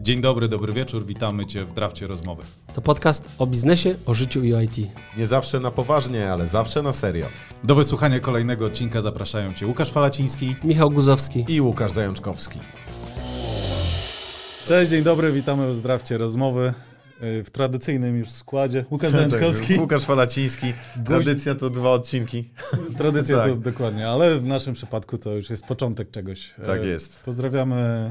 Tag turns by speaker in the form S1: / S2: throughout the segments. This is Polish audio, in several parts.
S1: Dzień dobry, dobry wieczór, witamy Cię w drafcie rozmowy.
S2: To podcast o biznesie, o życiu i o IT.
S3: Nie zawsze na poważnie, ale zawsze na serio.
S1: Do wysłuchania kolejnego odcinka zapraszają Cię Łukasz Falaciński.
S2: Michał Guzowski.
S3: I Łukasz Zajączkowski.
S4: Cześć, dzień dobry, witamy w Zdrafcie Rozmowy y, w tradycyjnym już składzie. Łukasz
S1: Tak,
S4: Zęczkowski,
S3: Tak, Łukasz Falaciński. Tradycja to dwa odcinki.
S4: tradycja
S3: tak.
S4: do, dokładnie, ale w naszym przypadku to już jest początek czegoś. E,
S3: Tak jest.
S4: Pozdrawiamy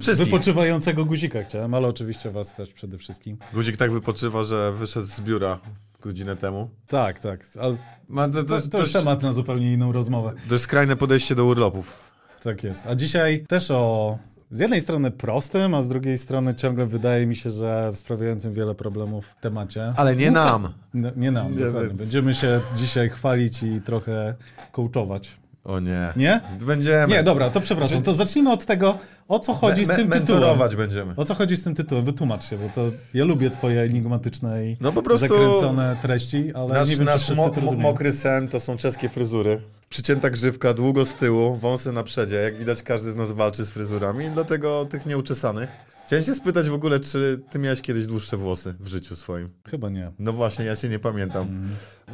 S3: Wszystkich.
S4: wypoczywającego guzika chciałem, ale oczywiście was też przede wszystkim.
S3: Guzik tak wypoczywa, że wyszedł z biura godzinę temu.
S4: Tak, tak, ale
S3: Ma to,
S4: to,
S3: to,
S4: to już temat na zupełnie inną rozmowę.
S3: dość skrajne podejście do urlopów.
S4: Tak jest, a dzisiaj też o... Z jednej strony prostym, a z drugiej strony ciągle wydaje mi się, że sprawiającym wiele problemów temacie.
S3: Ale nie nam.
S4: No, nie nam,
S3: Nie,
S4: dokładnie.
S3: to-
S4: Będziemy się dzisiaj chwalić i trochę kołczować.
S3: O nie.
S4: Nie?
S3: Będziemy.
S4: Nie, dobra, to przepraszam. To zacznijmy od tego, o co chodzi z
S3: Me-
S4: tym
S3: me-
S4: tytułem.
S3: Mentorować będziemy.
S4: O co chodzi z tym tytułem? Wytłumacz się, bo to ja lubię twoje enigmatyczne i
S3: No po prostu-
S4: zakręcone treści, ale nie
S3: Nasz,
S4: wiem, czy
S3: nasz
S4: wszyscy
S3: mo-
S4: to
S3: mo-
S4: rozumieją.
S3: mokry sen to są czeskie fryzury. Przycięta grzywka, długo z tyłu, wąsy na przodzie. Jak widać, każdy z nas walczy z fryzurami, dlatego tych nieuczesanych. Chciałem cię spytać w ogóle, czy ty miałeś kiedyś dłuższe włosy w życiu swoim?
S4: Chyba nie.
S3: No właśnie, ja się nie
S4: Mm.
S3: pamiętam.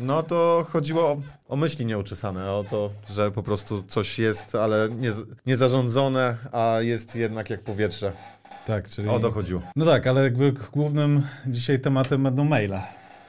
S3: No to chodziło o, o myśli nieuczesane, o to, że po prostu coś jest, ale nie, niezarządzone, a jest jednak jak powietrze.
S4: Tak, czyli...
S3: O to chodziło.
S4: No tak, ale jakby głównym dzisiaj tematem będą maile.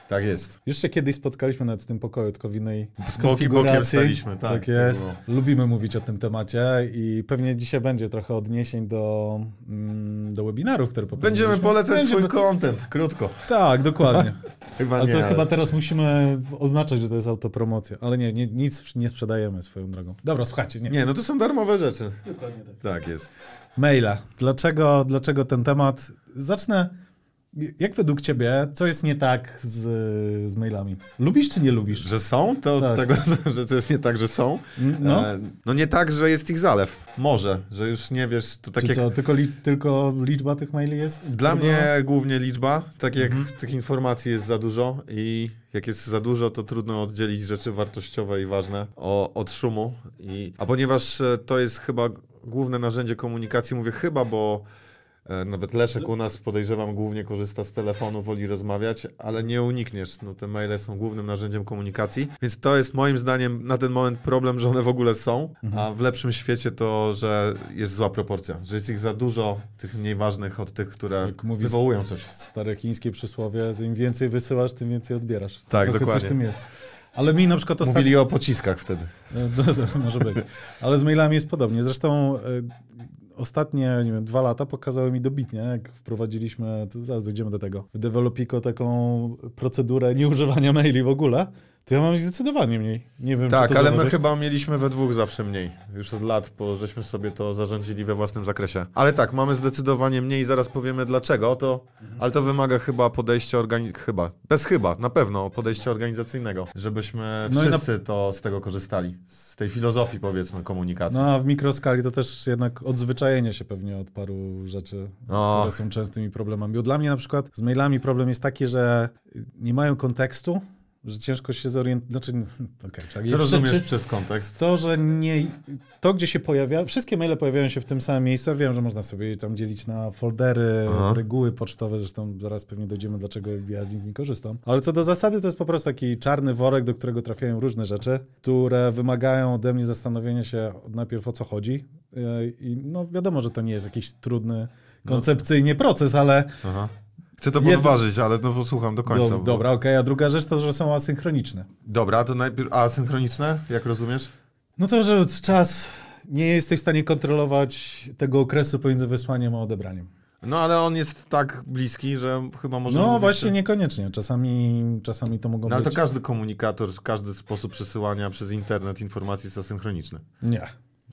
S3: Tak jest.
S4: Już się kiedyś spotkaliśmy nawet w tym pokoju, tylko w innej
S3: Boki bokiem
S4: konfiguracji.
S3: staliśmy, tak.
S4: tak
S3: to
S4: jest.
S3: było.
S4: Lubimy mówić o tym temacie i pewnie dzisiaj będzie trochę odniesień do, mm, do webinarów, które popełniliśmy.
S3: Będziemy polecać swój
S4: Będziemy-
S3: content, krótko.
S4: Tak, dokładnie.
S3: Chyba
S4: Ale
S3: nie,
S4: to
S3: ale-
S4: chyba teraz musimy oznaczać, że to jest autopromocja. Ale nie, nie nic nie sprzedajemy swoją drogą. Dobra, słuchajcie, nie.
S3: Nie, no to są darmowe rzeczy. Dokładnie tak. Tak jest.
S4: Maila. Dlaczego, dlaczego ten temat? Zacznę. Jak według ciebie, co jest nie tak z, z mailami? Lubisz czy nie lubisz?
S3: Że są? To od
S4: Tak.
S3: tego, że to jest nie tak, że są?
S4: No,
S3: E, no nie tak, że jest ich zalew. Może, że już nie wiesz, to tak
S4: czy
S3: jak...
S4: co, tylko, li, tylko liczba tych maili jest?
S3: Dla
S4: Tylko-
S3: mnie głównie liczba, tak jak
S4: Mhm.
S3: tych informacji jest za dużo i jak jest za dużo, to trudno oddzielić rzeczy wartościowe i ważne o, od szumu. I, a ponieważ e, to jest chyba główne narzędzie komunikacji, mówię chyba, bo e, nawet Leszek u nas podejrzewam głównie korzysta z telefonu, woli rozmawiać, ale nie unikniesz. No, te maile są głównym narzędziem komunikacji, więc to jest moim zdaniem na ten moment problem, że one w ogóle są, a w lepszym świecie to, że jest zła proporcja, że jest ich za dużo, tych mniej ważnych od tych, które
S4: Jak mówi-
S3: wywołują coś.
S4: Stare chińskie przysłowie, im więcej wysyłasz, tym więcej odbierasz.
S3: Tak,
S4: Trochę
S3: dokładnie.
S4: coś w tym jest. Ale mi na przykład ostatnio...
S3: Mówili o pociskach wtedy.
S4: No, to- to może być. Ale z mailami jest podobnie. Zresztą e, ostatnie, nie wiem, dwa lata pokazały mi dobitnie, jak wprowadziliśmy, to zaraz dojdziemy do tego, w Developiko taką procedurę nieużywania maili w ogóle, to ja mam zdecydowanie mniej. Nie wiem,
S3: Tak,
S4: czy to
S3: ale my
S4: zauważyłeś.
S3: chyba mieliśmy we dwóch zawsze mniej. Już od lat, bo żeśmy sobie to zarządzili we własnym zakresie. Ale tak, mamy zdecydowanie mniej, zaraz powiemy dlaczego, to, ale to wymaga chyba podejścia organizacyjnego, chyba, bez chyba, na pewno podejścia organizacyjnego, żebyśmy
S4: No i na-
S3: wszyscy to z tego korzystali, z tej filozofii powiedzmy komunikacji.
S4: No a w mikroskali to też jednak odzwyczajenie się pewnie od paru rzeczy,
S3: Och.
S4: które są częstymi problemami. Bo dla mnie na przykład z mailami problem jest taki, że nie mają kontekstu, że ciężko się zorientować. Znaczy, okej, trzeba je
S3: Co rozumiesz
S4: przeczy-
S3: przez kontekst?
S4: To, że nie. To, gdzie się pojawia. Wszystkie maile pojawiają się w tym samym miejscu. Ja wiem, że można sobie je tam dzielić na foldery,
S3: Aha.
S4: reguły pocztowe. Zresztą zaraz pewnie dojdziemy, dlaczego ja z nich nie korzystam. Ale co do zasady, to jest po prostu taki czarny worek, do którego trafiają różne rzeczy, które wymagają ode mnie zastanowienia się najpierw o co chodzi. Yy, I no wiadomo, że to nie jest jakiś trudny
S3: No.
S4: koncepcyjnie proces, ale
S3: Aha. Chcę to
S4: Jedno-
S3: podważyć, ale no posłucham do końca.
S4: do,
S3: bo-
S4: dobra, okej. A druga rzecz to, że są asynchroniczne.
S3: Dobra, to najpierw, a synchroniczne, jak rozumiesz?
S4: No to, że czas nie jesteś w stanie kontrolować tego okresu pomiędzy wysłaniem a odebraniem.
S3: No ale on jest tak bliski, że chyba może...
S4: No właśnie, niekoniecznie. Czasami, czasami to mogą
S3: No ale to
S4: być.
S3: każdy komunikator, każdy sposób przesyłania przez internet informacji jest asynchroniczny.
S4: Nie.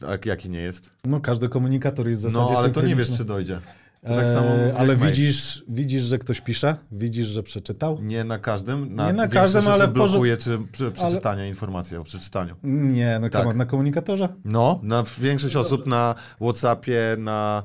S3: A jaki nie jest?
S4: No każdy komunikator jest w zasadzie
S3: No ale to nie wiesz, czy
S4: synchroniczny.
S3: dojdzie. To tak samo.
S4: Eee,
S3: jak
S4: ale
S3: mail.
S4: widzisz, widzisz, że ktoś pisze, widzisz, że przeczytał.
S3: Nie na każdym, na,
S4: Nie na
S3: każdym, ale
S4: w porzu-
S3: blokuje czy prze, przeczytanie informacji o przeczytaniu.
S4: Nie, no
S3: Tak.
S4: tak. na komunikatorze.
S3: No, na większość osób na Whatsappie, na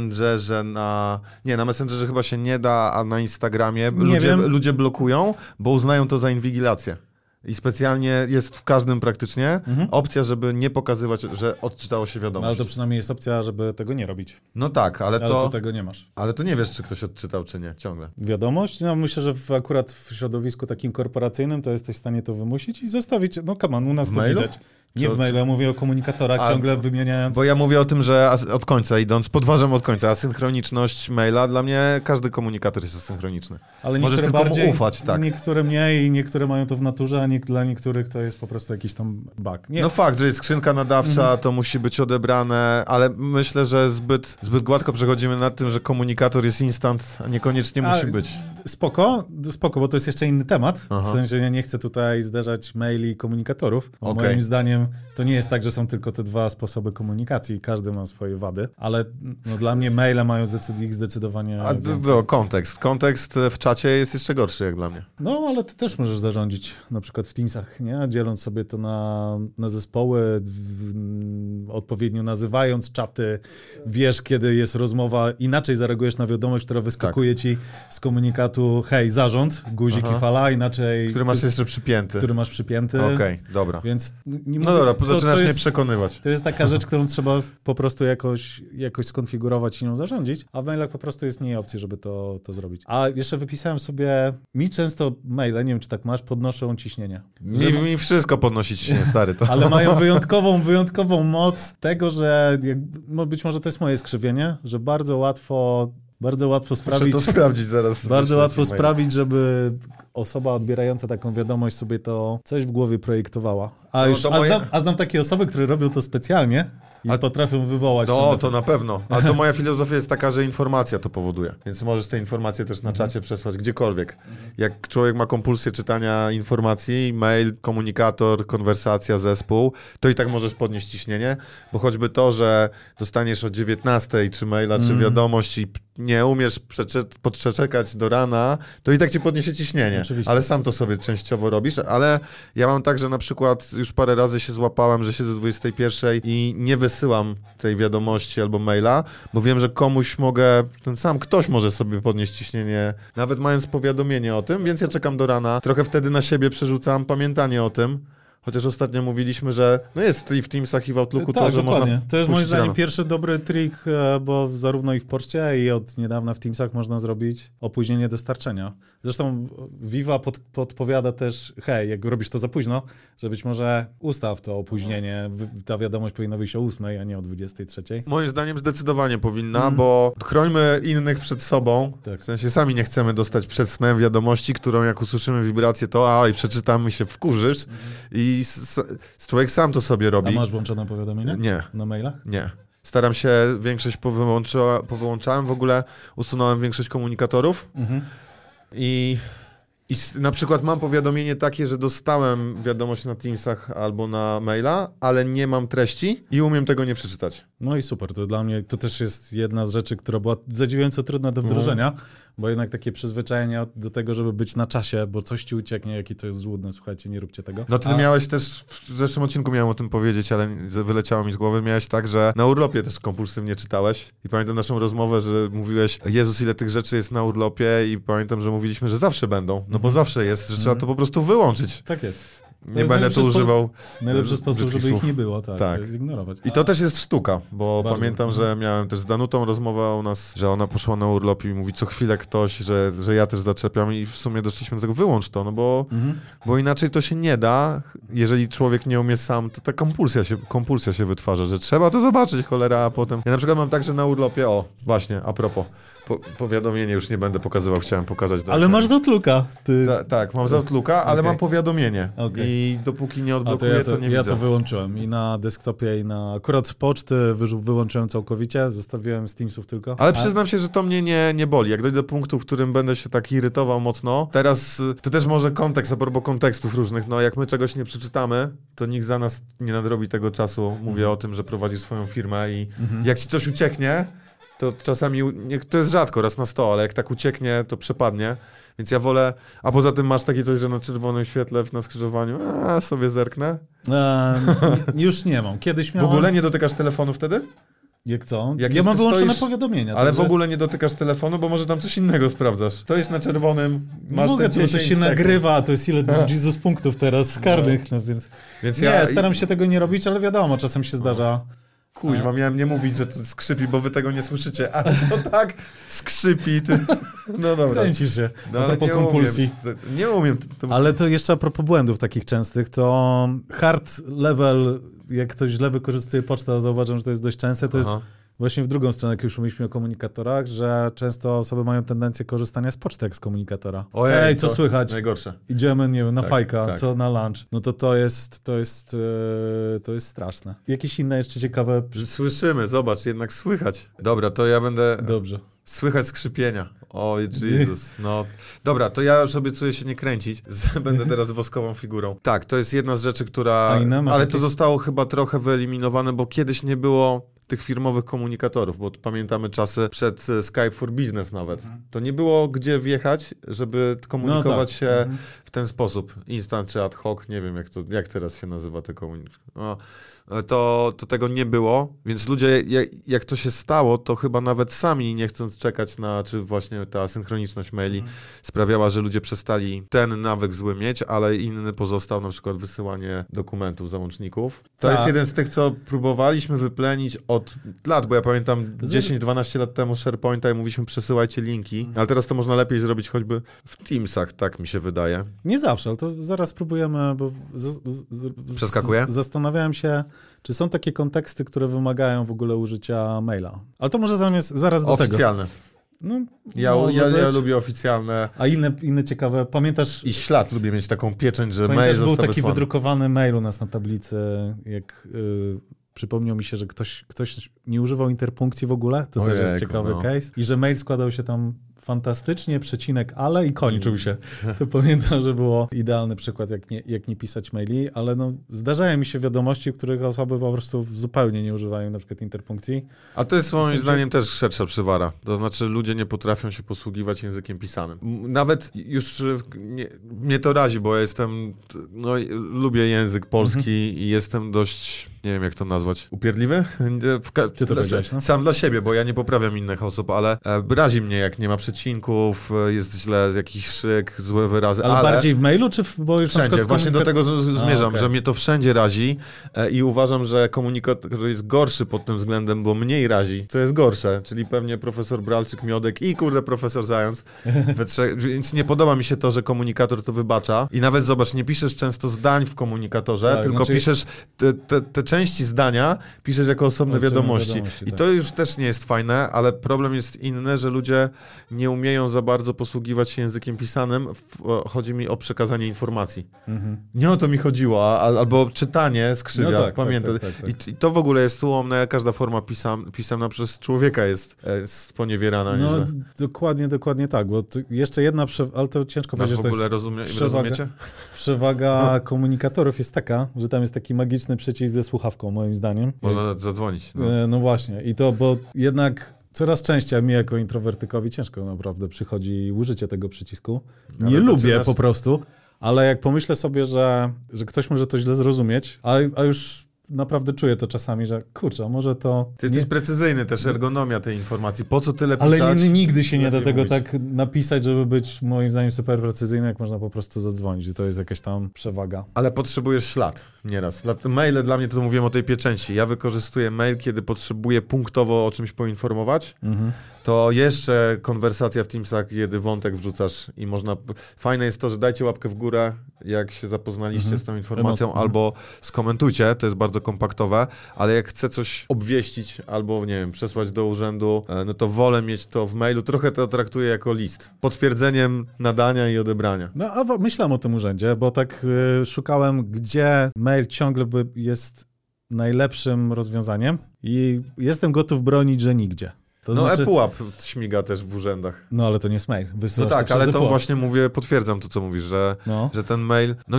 S3: Messengerze, na. Nie, na Messengerze chyba się nie da, a na Instagramie
S4: Nie
S3: ludzie,
S4: wiem.
S3: ludzie blokują, bo uznają to za inwigilację. i specjalnie jest w każdym praktycznie opcja, żeby nie pokazywać, że odczytało się
S4: No, Mhm. ale
S3: wiadomość.
S4: to przynajmniej jest opcja, żeby tego nie robić.
S3: No tak, ale
S4: Ale to,
S3: to,
S4: tego nie masz.
S3: ale to nie wiesz, czy ktoś odczytał, czy nie, ciągle.
S4: Wiadomość? No myślę, że w, akurat w środowisku takim korporacyjnym to jesteś w stanie to wymusić i zostawić. No come on, u nas
S3: W
S4: to
S3: mailu?
S4: widać. Nie
S3: Czy-
S4: w mailu, ja mówię o komunikatorach
S3: A,
S4: ciągle wymieniając.
S3: Bo ja mówię o tym, że as- od końca idąc, podważam od końca, asynchroniczność maila, dla mnie każdy komunikator jest asynchroniczny.
S4: Ale
S3: Możesz
S4: niektóre
S3: tylko mu
S4: bardziej,
S3: ufać, tak.
S4: niektóre mniej i niektóre mają to w naturze, a nie, dla niektórych to jest po prostu jakiś tam bug. Nie, Mhm.
S3: No fakt, że jest skrzynka nadawcza, to musi być odebrane, ale myślę, że zbyt, zbyt gładko przechodzimy nad tym, że komunikator jest instant, a niekoniecznie
S4: A-
S3: musi być.
S4: Spoko, spoko, bo to jest jeszcze inny temat.
S3: Aha.
S4: W sensie ja nie chcę tutaj zderzać maili i komunikatorów. Bo
S3: Okej.
S4: Moim zdaniem to nie jest tak, że są tylko te dwa sposoby komunikacji i każdy ma swoje wady, ale no, dla mnie maile mają zdecyd- ich zdecydowanie.
S3: A d-
S4: więcej.
S3: to kontekst. Kontekst e, w czacie jest jeszcze gorszy jak dla mnie.
S4: No, ale ty też możesz zarządzić, na przykład w Teamsach, nie? Dzieląc sobie to na, na zespoły, w, m, odpowiednio nazywając czaty, wiesz, kiedy jest rozmowa, inaczej zareagujesz na wiadomość, która wyskakuje ci z komunikatu, hej, zarząd, guzik
S3: Tak. Aha.
S4: i fala, inaczej...
S3: Który masz jeszcze przypięty.
S4: który masz przypięty.
S3: Okej, dobra.
S4: Więc n- nie
S3: No
S4: mówię-
S3: dobra,
S4: to-
S3: zaczynasz
S4: to
S3: mnie
S4: jest-
S3: przekonywać.
S4: To jest taka rzecz, którą trzeba po prostu jakoś, jakoś skonfigurować i nią zarządzić, a w mailach po prostu jest mniej opcji, żeby to, to zrobić. A jeszcze wypisałem sobie, mi często maile, nie wiem czy tak masz, podnoszą ciśnienie.
S3: Mi, mi wszystko podnosić się, stary. To.
S4: Ale mają wyjątkową, wyjątkową moc tego, że jak, no być może to jest moje skrzywienie, że bardzo łatwo, bardzo łatwo
S3: Muszę
S4: sprawić...
S3: to sprawdzić zaraz.
S4: Bardzo łatwo
S3: Maila.
S4: sprawić, żeby osoba odbierająca taką wiadomość sobie to coś w głowie projektowała. A,
S3: No,
S4: już,
S3: to
S4: a,
S3: moje-
S4: znam, a znam takie osoby, które robią to specjalnie i
S3: A-
S4: potrafią wywołać ten
S3: No,
S4: efekt.
S3: to na pewno. A to moja filozofia jest taka, że informacja to powoduje. Więc możesz te informacje też na czacie przesłać gdziekolwiek. Jak człowiek ma kompulsję czytania informacji, mail, komunikator, konwersacja, zespół, to i tak możesz podnieść ciśnienie, bo choćby to, że dostaniesz o 19 czy maila,
S4: Mm.
S3: czy wiadomość i p- nie umiesz przeczy- podczekać do rana, to i tak ci podniesie ciśnienie.
S4: Oczywiście.
S3: Ale sam to sobie częściowo robisz, ale ja mam tak, że na przykład już parę razy się złapałem, że siedzę do 21 i nie wysyłam tej wiadomości albo maila, bo wiem, że komuś mogę, ten sam ktoś może sobie podnieść ciśnienie, nawet mając powiadomienie o tym, więc ja czekam do rana. Trochę wtedy na siebie przerzucam pamiętanie o tym. Chociaż ostatnio mówiliśmy, że no jest i w Teamsach, i w Outlooku
S4: tak,
S3: to, że
S4: dokładnie.
S3: można
S4: to jest moim
S3: puścić
S4: zdaniem
S3: rano.
S4: pierwszy dobry trik, e, bo zarówno i w poczcie, i od niedawna w Teamsach można zrobić opóźnienie dostarczenia. Zresztą Viva pod, podpowiada też, hej, jak robisz to za późno, że być może ustaw to opóźnienie, Wy- ta wiadomość powinna wyjść o 8, a nie o 23.
S3: Moim zdaniem zdecydowanie powinna, bo chrońmy innych przed sobą.
S4: Mm. Tak.
S3: W sensie sami nie chcemy dostać przed snem wiadomości, którą jak usłyszymy wibrację, to a i przeczytamy się wkurzysz. I s- s- człowiek sam to sobie
S4: Mhm. A
S3: robi.
S4: masz włączone powiadomienie
S3: Nie,
S4: na mailach?
S3: nie. Staram się, większość powyłącza- powyłączałem, w ogóle usunąłem większość komunikatorów
S4: Mhm.
S3: i, i s- na przykład mam powiadomienie takie, że dostałem wiadomość na Teamsach albo na maila, ale nie mam treści i umiem tego nie przeczytać.
S4: No i super, to dla mnie to też jest jedna z rzeczy, która była zadziwiająco trudna do wdrożenia,
S3: Mhm.
S4: bo jednak takie przyzwyczajenia do tego, żeby być na czasie, bo coś ci ucieknie, jakie to jest złudne, słuchajcie, nie róbcie tego.
S3: No ty miałeś też, w zeszłym odcinku miałem o tym powiedzieć, ale z- wyleciało mi z głowy, miałeś tak, że na urlopie też kompulsywnie czytałeś i pamiętam naszą rozmowę, że mówiłeś, Jezus ile tych rzeczy jest na urlopie i pamiętam, że mówiliśmy, że zawsze będą, no bo zawsze jest, że trzeba to po prostu wyłączyć.
S4: Tak jest.
S3: Nie
S4: Mhm. jest
S3: będę
S4: najlepszy
S3: tu
S4: spo-
S3: używał
S4: Najlepszy
S3: e,
S4: sposób,
S3: brzydkich
S4: żeby ich
S3: słów.
S4: nie było, tak,
S3: Tak.
S4: tak. zignorować.
S3: I to też jest sztuka, bo
S4: Bardzo.
S3: pamiętam, że miałem też z Danutą rozmowę u nas, że ona poszła na urlop i mówi co chwilę ktoś, że, że ja też zaczepiam i w sumie doszliśmy do tego, wyłącz to, no bo,
S4: Mhm.
S3: bo inaczej to się nie da. Jeżeli człowiek nie umie sam, to ta kompulsja się, kompulsja się wytwarza, że trzeba to zobaczyć, cholera, a potem... Ja na przykład mam tak, że na urlopie, o, właśnie, a propos, po, powiadomienie już nie będę pokazywał, chciałem pokazać.
S4: Ale masz z Outlooka, ty.
S3: tak. Ta, tak, mam z Outlooka, ale mam powiadomienie
S4: Okej.
S3: i dopóki nie
S4: A to
S3: odblokuję,
S4: ja,
S3: to,
S4: to,
S3: nie
S4: ja
S3: widzę.
S4: to wyłączyłem i na desktopie, i na akurat z poczty wyżu- wyłączyłem całkowicie, zostawiłem z Teamsów tylko.
S3: Ale przyznam się, że to mnie nie, nie boli. Jak dojdę do punktu, w którym będę się tak irytował mocno, teraz y, to też może kontekst, a propos kontekstów różnych, no jak my czegoś nie przeczytamy, to nikt za nas nie nadrobi tego czasu. Mówię o tym, że prowadzisz swoją firmę i jak ci coś ucieknie, to czasami, u- nie, to jest rzadko, raz na sto, ale jak tak ucieknie, to przepadnie. Więc ja wolę, a poza tym masz takie coś, że na czerwonym świetle na skrzyżowaniu, a sobie zerknę.
S4: Em, już nie mam. Kiedyś
S3: W
S4: miałem...
S3: ogóle nie dotykasz telefonu wtedy?
S4: Jak co?
S3: Jak
S4: ja
S3: jest,
S4: mam
S3: ty
S4: wyłączone
S3: stoisz-
S4: powiadomienia.
S3: Ale w
S4: także
S3: ogóle nie dotykasz telefonu, bo może tam coś innego sprawdzasz. To jest na czerwonym,
S4: nie
S3: masz
S4: mogę,
S3: te
S4: to, bo
S3: 10
S4: to się
S3: sekund.
S4: nagrywa, a to jest ile Jesus punktów teraz karnych, no więc...
S3: Więc
S4: nie,
S3: ja
S4: staram się tego nie robić, ale wiadomo, czasem się zdarza.
S3: Kuźwa, miałem nie mówić, że to skrzypi, bo wy tego nie słyszycie, ale to tak skrzypi. Ty. No dobra.
S4: Kręcisz się
S3: No,
S4: a
S3: ale
S4: propos
S3: nie
S4: kompulsji.
S3: Umiem, z- nie umiem. To, to,
S4: Ale to jeszcze a propos błędów takich częstych, to hard level, jak ktoś źle wykorzystuje pocztę, a zauważam, że to jest dość częste, to
S3: Aha.
S4: jest właśnie w drugą stronę, jak już mówiliśmy o komunikatorach, że często osoby mają tendencję korzystania z pocztek z komunikatora.
S3: Ojej,
S4: Ej, co
S3: to-
S4: słychać?
S3: Najgorsze.
S4: Idziemy, nie wiem, na
S3: Tak,
S4: fajka,
S3: tak.
S4: co na lunch. No to to jest, to jest, e, to jest straszne. Jakieś inne jeszcze ciekawe...
S3: Słyszymy, zobacz, jednak słychać. Dobra, to ja będę
S4: Dobrze. No
S3: słychać skrzypienia. O Jezus, no. Dobra, to ja już obiecuję się nie kręcić. Z- Będę teraz woskową figurą. Tak, to jest jedna z rzeczy, która...
S4: A inne masz
S3: Ale to
S4: jakieś?
S3: zostało chyba trochę wyeliminowane, bo kiedyś nie było tych firmowych komunikatorów, bo pamiętamy czasy przed e, Skype for Business nawet. To nie było gdzie wjechać, żeby komunikować
S4: Mhm. No tak.
S3: się w ten sposób. Instant czy ad hoc, nie wiem jak, to, jak teraz się nazywa te komunikaty. No, e, to, to tego nie było, więc ludzie, jak, jak to się stało, to chyba nawet sami nie chcąc czekać na, czy właśnie ta synchroniczność maili sprawiała, że ludzie przestali ten nawyk zły mieć, ale inny pozostał na przykład wysyłanie dokumentów, załączników. To
S4: Tak.
S3: jest jeden z tych, co próbowaliśmy wyplenić od lat, bo ja pamiętam 10-12 lat temu SharePointa i mówiliśmy przesyłajcie linki, ale teraz to można lepiej zrobić choćby w Teamsach, tak mi się wydaje.
S4: Nie zawsze, ale to zaraz spróbujemy, bo z, z, z,
S3: Przeskakuję?
S4: z- zastanawiałem się, czy są takie konteksty, które wymagają w ogóle użycia maila. Ale to może zamiast, zaraz do tego.
S3: Oficjalne.
S4: No,
S3: Ja,
S4: może
S3: ja, ja
S4: być.
S3: lubię oficjalne
S4: A inne, inne ciekawe, pamiętasz,
S3: i ślad lubię mieć taką pieczęć, że mail
S4: pamiętasz
S3: został
S4: był taki
S3: wysłany.
S4: wydrukowany mail u nas na tablicy, jak y, przypomniał mi się, że ktoś, ktoś nie używał interpunkcji w ogóle, to też jest
S3: Ojejku,
S4: ciekawy
S3: no.
S4: case. I że mail składał się tam fantastycznie, przecinek, ale i kończył się. To pamiętam, że było idealny przykład, jak nie, jak nie pisać maili, ale no, zdarzają mi się wiadomości, w których osoby po prostu zupełnie nie używają na przykład interpunkcji.
S3: A to jest moim
S4: sensie-
S3: zdaniem też szersza przywara. To znaczy ludzie nie potrafią się posługiwać językiem pisanym. M- Nawet już y, nie, mnie to razi, bo ja jestem, t- no i lubię język polski
S4: Mhm.
S3: i jestem dość, nie wiem jak to nazwać, upierdliwy? W ka-
S4: Ty to
S3: dla-
S4: powiedziałeś, no.
S3: Sam dla siebie, bo ja nie poprawiam innych osób, ale e, razi mnie jak nie ma przecinków, e, jest źle jakiś szyk, złe wyrazy,
S4: Ale,
S3: ale...
S4: bardziej w mailu, czy w, bo już na
S3: Wszędzie,
S4: przykład w
S3: właśnie do
S4: komunikac-
S3: tego z- z-
S4: A,
S3: zmierzam,
S4: okej.
S3: że mnie to wszędzie razi e, i uważam, że komunikator jest gorszy pod tym względem, bo mniej razi, co jest gorsze, czyli pewnie profesor Bralczyk, Miodek i kurde profesor Zając we trzech, więc nie podoba mi się to, że komunikator to wybacza i nawet zobacz, nie piszesz często zdań w komunikatorze,
S4: Tak,
S3: tylko
S4: znaczy-
S3: piszesz te, te, te części zdania, piszesz jako osobne
S4: Osobne
S3: wiadomości.
S4: wiadomości,
S3: I
S4: tak.
S3: to już też nie jest fajne, ale problem jest inny, że ludzie nie umieją za bardzo posługiwać się językiem pisanym, w, o, chodzi mi o przekazanie informacji. Nie o to mi chodziło, a, a- albo czytanie skrzywia,
S4: Mhm. No tak,
S3: pamiętam.
S4: tak, tak, tak, tak.
S3: I, I to w ogóle jest ułomne, każda forma pisam, pisemna przez człowieka jest e, sponiewierana.
S4: No,
S3: No,
S4: d- dokładnie, dokładnie tak, bo tu jeszcze jedna, prze... ale to ciężko
S3: Nas
S4: powiedzieć,
S3: No, w
S4: że to jest
S3: ogóle rozumie,
S4: przewaga.
S3: rozumiecie?
S4: Przewaga komunikatorów jest taka, że tam jest taki magiczny przycisk ze słuchawką, moim zdaniem.
S3: Można zadzwonić. No.
S4: E, No właśnie, i to, bo jednak coraz częściej a mi jako introwertykowi ciężko naprawdę przychodzi użycie tego przycisku.
S3: Ale
S4: Nie lubię
S3: zaczynasz-
S4: po prostu, ale jak pomyślę sobie, że, że ktoś może to źle zrozumieć, a, a już naprawdę czuję to czasami, że kurczę, a może to...
S3: Ty jesteś precyzyjny, też ergonomia tej informacji. Po co tyle pisać?
S4: Ale nie, nigdy się nie da
S3: Lepiej
S4: tego
S3: mówić.
S4: tak napisać, żeby być moim zdaniem super precyzyjny, jak można po prostu zadzwonić. I to jest jakaś tam przewaga.
S3: Ale potrzebujesz ślad nieraz. Dla- Maile dla mnie to mówiłem o tej pieczęci. Ja wykorzystuję mail, kiedy potrzebuję punktowo o czymś poinformować.
S4: Mhm.
S3: To jeszcze konwersacja w Teamsach, kiedy wątek wrzucasz i można. Fajne jest to, że dajcie łapkę w górę, jak się zapoznaliście
S4: Mhm.
S3: z tą informacją, albo skomentujcie, to jest bardzo kompaktowe, ale jak chcę coś obwieścić albo, nie wiem, przesłać do urzędu, e, no to wolę mieć to w mailu. Trochę to traktuję jako list. Potwierdzeniem nadania i odebrania.
S4: No, a wa- myślałem o tym urzędzie, bo tak y, szukałem, gdzie mail ciągle by jest najlepszym rozwiązaniem i jestem gotów bronić, że nigdzie. To
S3: No,
S4: znaczy,
S3: ePUAP śmiga też w urzędach.
S4: no, ale to nie jest mail. Wysyłasz
S3: No tak,
S4: przez
S3: ale to
S4: ePUB.
S3: właśnie mówię, potwierdzam to, co mówisz, że,
S4: No.
S3: że ten mail. No,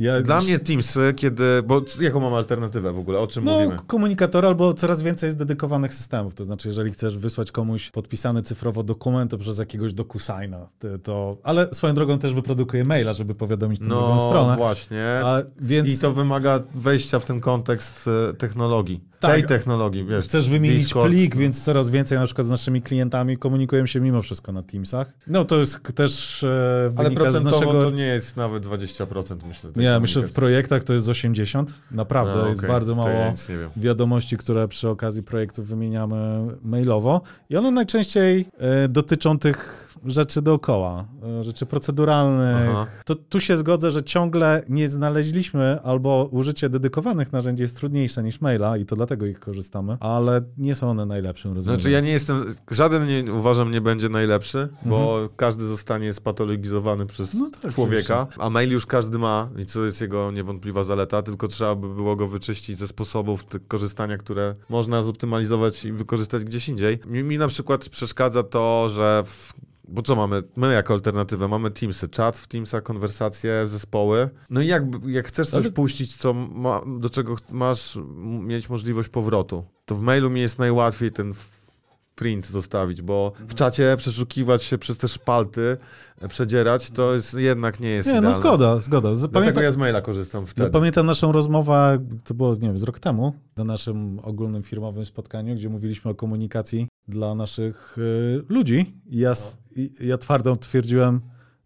S4: Ja
S3: Dla mnie Teamsy, kiedy. Bo c- jaką mam alternatywę w ogóle? O czym
S4: No,
S3: mówimy?
S4: k- komunikator albo coraz więcej jest dedykowanych systemów. To znaczy, jeżeli chcesz wysłać komuś podpisany cyfrowo dokument to przez jakiegoś DocuSigna, ty- to... Ale swoją drogą też wyprodukuje maila, żeby powiadomić tę drugą
S3: No,
S4: stronę.
S3: właśnie.
S4: A, więc
S3: I to wymaga wejścia w ten kontekst e, technologii.
S4: Tak.
S3: Tej technologii, wiesz.
S4: chcesz wymienić
S3: Discord.
S4: plik, więc coraz więcej na przykład z naszymi klientami komunikujemy się mimo wszystko na Teamsach. No, to jest k- też e,
S3: Ale
S4: wynika z
S3: procentowo
S4: naszego...
S3: to nie jest nawet 20%, myślę. tej
S4: Nie, myślę, w
S3: komunikacji.
S4: projektach to jest 80. Naprawdę,
S3: A,
S4: jest
S3: okej,
S4: bardzo
S3: to
S4: mało.
S3: Ja nic nie wiem.
S4: wiadomości, które przy okazji projektów wymieniamy mailowo i one najczęściej e, dotyczą tych rzeczy dookoła, e, rzeczy proceduralnych.
S3: Aha.
S4: To tu się zgodzę, że ciągle nie znaleźliśmy albo użycie dedykowanych narzędzi jest trudniejsze niż maila i to dlatego ich korzystamy, ale nie są one najlepszym rozwiązaniem.
S3: Znaczy ja nie jestem, żaden nie, uważam nie będzie najlepszy, bo każdy zostanie spatologizowany przez
S4: Mhm. No tak,
S3: człowieka, a mail już każdy ma i co jest jego niewątpliwa zaleta, tylko trzeba by było go wyczyścić ze sposobów ty- korzystania, które można zoptymalizować i wykorzystać gdzieś indziej. Mi, mi na przykład przeszkadza to, że w bo co mamy? My jako alternatywę mamy Teamsy, czat w Teamsa, konwersacje, zespoły. No i jak, jak chcesz coś
S4: Ale-
S3: puścić, co ma, do czego ch- masz m- mieć możliwość powrotu, to w mailu mi jest najłatwiej ten f- print zostawić, bo w
S4: Mhm.
S3: czacie przeszukiwać się przez te szpalty, e, przedzierać, to jest, jednak nie jest
S4: Nie, no
S3: idealne.
S4: zgoda, zgoda. Z-
S3: Dlatego
S4: Pamiętam, no
S3: ja z maila korzystam wtedy.
S4: pamiętam naszą rozmowę, to było, nie wiem, z rok temu, na naszym ogólnym firmowym spotkaniu, gdzie mówiliśmy o komunikacji dla naszych y, ludzi. I ja, s- i- ja twardo twierdziłem,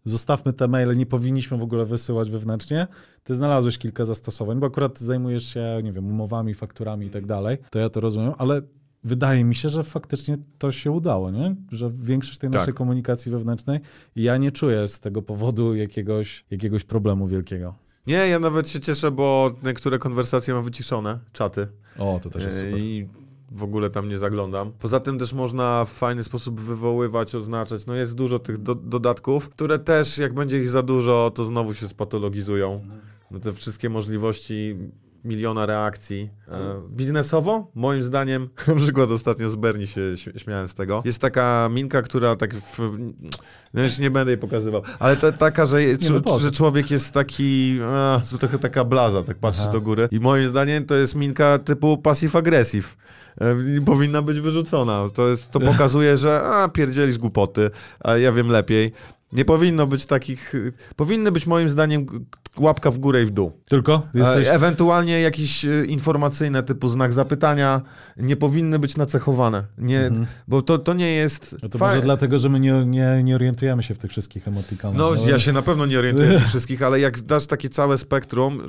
S4: zostawmy te maile, nie powinniśmy w ogóle wysyłać wewnętrznie. Ty znalazłeś kilka zastosowań, bo akurat zajmujesz się, nie wiem, umowami, fakturami i tak dalej, to ja to rozumiem, ale wydaje mi się, że faktycznie to się udało, nie? Że większość tej
S3: Tak.
S4: naszej komunikacji wewnętrznej, ja nie czuję z tego powodu jakiegoś, jakiegoś problemu wielkiego.
S3: Nie, ja nawet się cieszę, bo niektóre konwersacje mam wyciszone, czaty.
S4: O, to też jest
S3: E,
S4: super.
S3: I w ogóle tam nie zaglądam. Poza tym też można w fajny sposób wywoływać, oznaczać. No jest dużo tych do, dodatków, które też jak będzie ich za dużo, to znowu się spatologizują.
S4: Mhm.
S3: No te wszystkie możliwości miliona reakcji. E,
S4: Mm.
S3: biznesowo, moim zdaniem, na przykład ostatnio z Berni się śm- śmiałem z tego, jest taka minka, która tak w, no już nie będę jej pokazywał, ale ta, taka, że, je-
S4: Nie, no
S3: czu-
S4: Boże.
S3: że człowiek jest taki, a, trochę taka blaza, tak patrzy
S4: Aha.
S3: do góry i moim zdaniem to jest minka typu passive-aggressive. E, i Powinna być wyrzucona. To, jest, to pokazuje, że a, pierdzielisz głupoty, a ja wiem lepiej. Nie powinno być takich. Powinny być moim zdaniem g- łapka w górę i w dół.
S4: Tylko?
S3: E, Ewentualnie jakieś e, informacyjne typu znak zapytania nie powinny być nacechowane. Nie, Bo to, to nie jest.
S4: No Mhm. to
S3: fa-
S4: może dlatego, że my nie, nie, nie orientujemy się w tych wszystkich emotikonach.
S3: No,
S4: ale-
S3: ja się na pewno nie orientuję w tych wszystkich, ale jak dasz takie całe spektrum,